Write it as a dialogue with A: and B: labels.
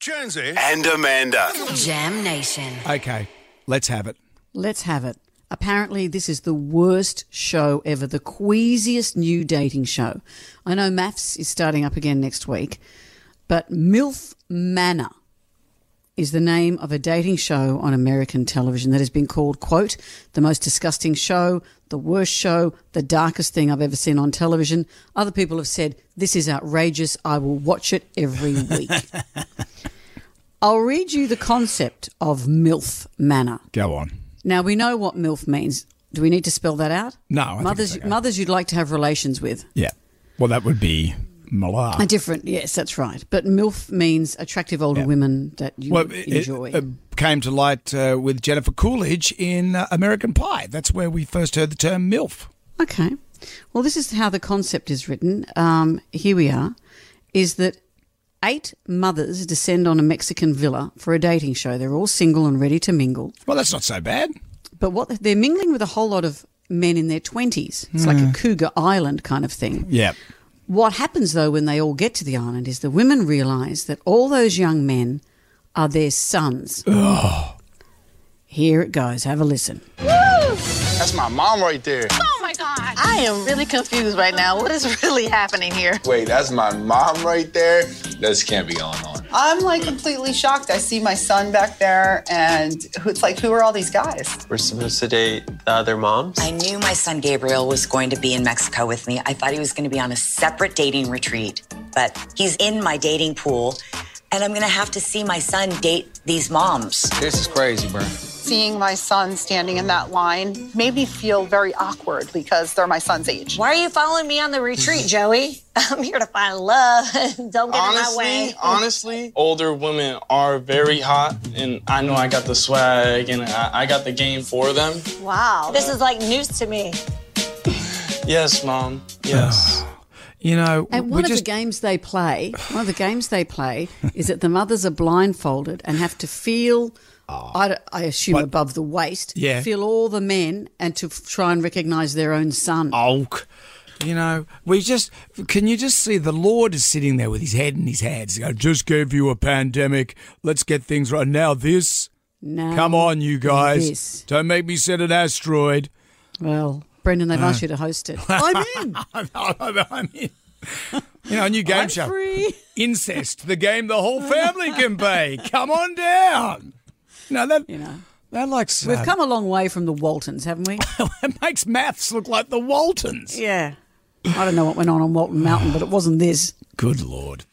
A: Jonesy.
B: and Amanda.
C: Jam Nation.
D: Okay, let's have it.
E: Let's have it. Apparently, this is the worst show ever, the queasiest new dating show. I know Maths is starting up again next week, but MILF Manor is the name of a dating show on American television that has been called, quote, the most disgusting show, the worst show, the darkest thing I've ever seen on television. Other people have said, this is outrageous. I will watch it every week. I'll read you the concept of MILF Manor.
D: Go on.
E: Now we know what MILF means. Do we need to spell that out?
D: No, I think
E: mothers,
D: it's okay.
E: mothers you'd like to have relations with.
D: Yeah. Well, that would be
E: A
D: malar.
E: different, yes, that's right. But MILF means attractive older women that you
D: Well,
E: would
D: it, it,
E: enjoy.
D: uh, came to light uh, with Jennifer Coolidge in uh, American Pie. That's where we first heard the term MILF.
E: okay. Well, this is how the concept is written. Um, here we are. Is that eight mothers descend on a Mexican villa for a dating show? They're all single and ready to mingle.
D: Well, that's not so bad.
E: But what they're mingling with a whole lot of men in their twenties. It's
D: Hmm.
E: like a cougar island kind of thing.
D: Yeah.
E: What happens though when they all get to the island is the women realize that all those young men are their sons. Here it goes. Have a listen.
F: That's my mom right there.
G: Oh my god. I am really confused right now. What is really happening here?
F: Wait, that's my mom right there. This can't be going on.
H: I'm like completely shocked. I see my son back there, and who- it's like, who are all these guys?
I: We're supposed to date the other moms?
C: I knew my son Gabriel was going to be in Mexico with me. I thought he was going to be on a separate dating retreat, but he's in my dating pool, and I'm going to have to see my son date these moms.
F: This is crazy, bro.
H: Seeing my son standing in that line made me feel very awkward because they're my son's age.
G: Why are you following me on the retreat, Joey? I'm here to find love. Don't get in my way.
J: Honestly, honestly, older women are very hot, and I know I got the swag and I, I got the game for them.
G: Wow. This is like news to me.
J: Yes, mom. Yes.
D: You know,
E: And
D: we
E: one of
D: just
E: the games they play, one of the games they play is that the mothers are blindfolded and have to feel, I, d- I assume above the waist,
D: Yeah.
E: feel all the men and to f- try and recognize their own son.
D: bulk. You know, we just can you just see the Lord is sitting there with his head in his hands. I just gave you a pandemic. Let's get things right now. This,
E: Now
D: come on, you guys.
E: Um, this.
D: Don't make me send an asteroid.
E: Well, Brendan,
D: Ah.
E: they've asked you to host it. I'm in.
D: I'm, I'm, I'm in. You know, a new game
E: I'm
D: show.
E: free.
D: Incest, the game the whole family can play. Come on down. No, that
E: You know.
D: that likes
E: We've
D: uh,
E: come a long way from the Waltons, haven't we?
D: that makes maths look like the Waltons.
E: Yeah. I don't know what went on on Walton Mountain, but it wasn't this.
D: Good lord.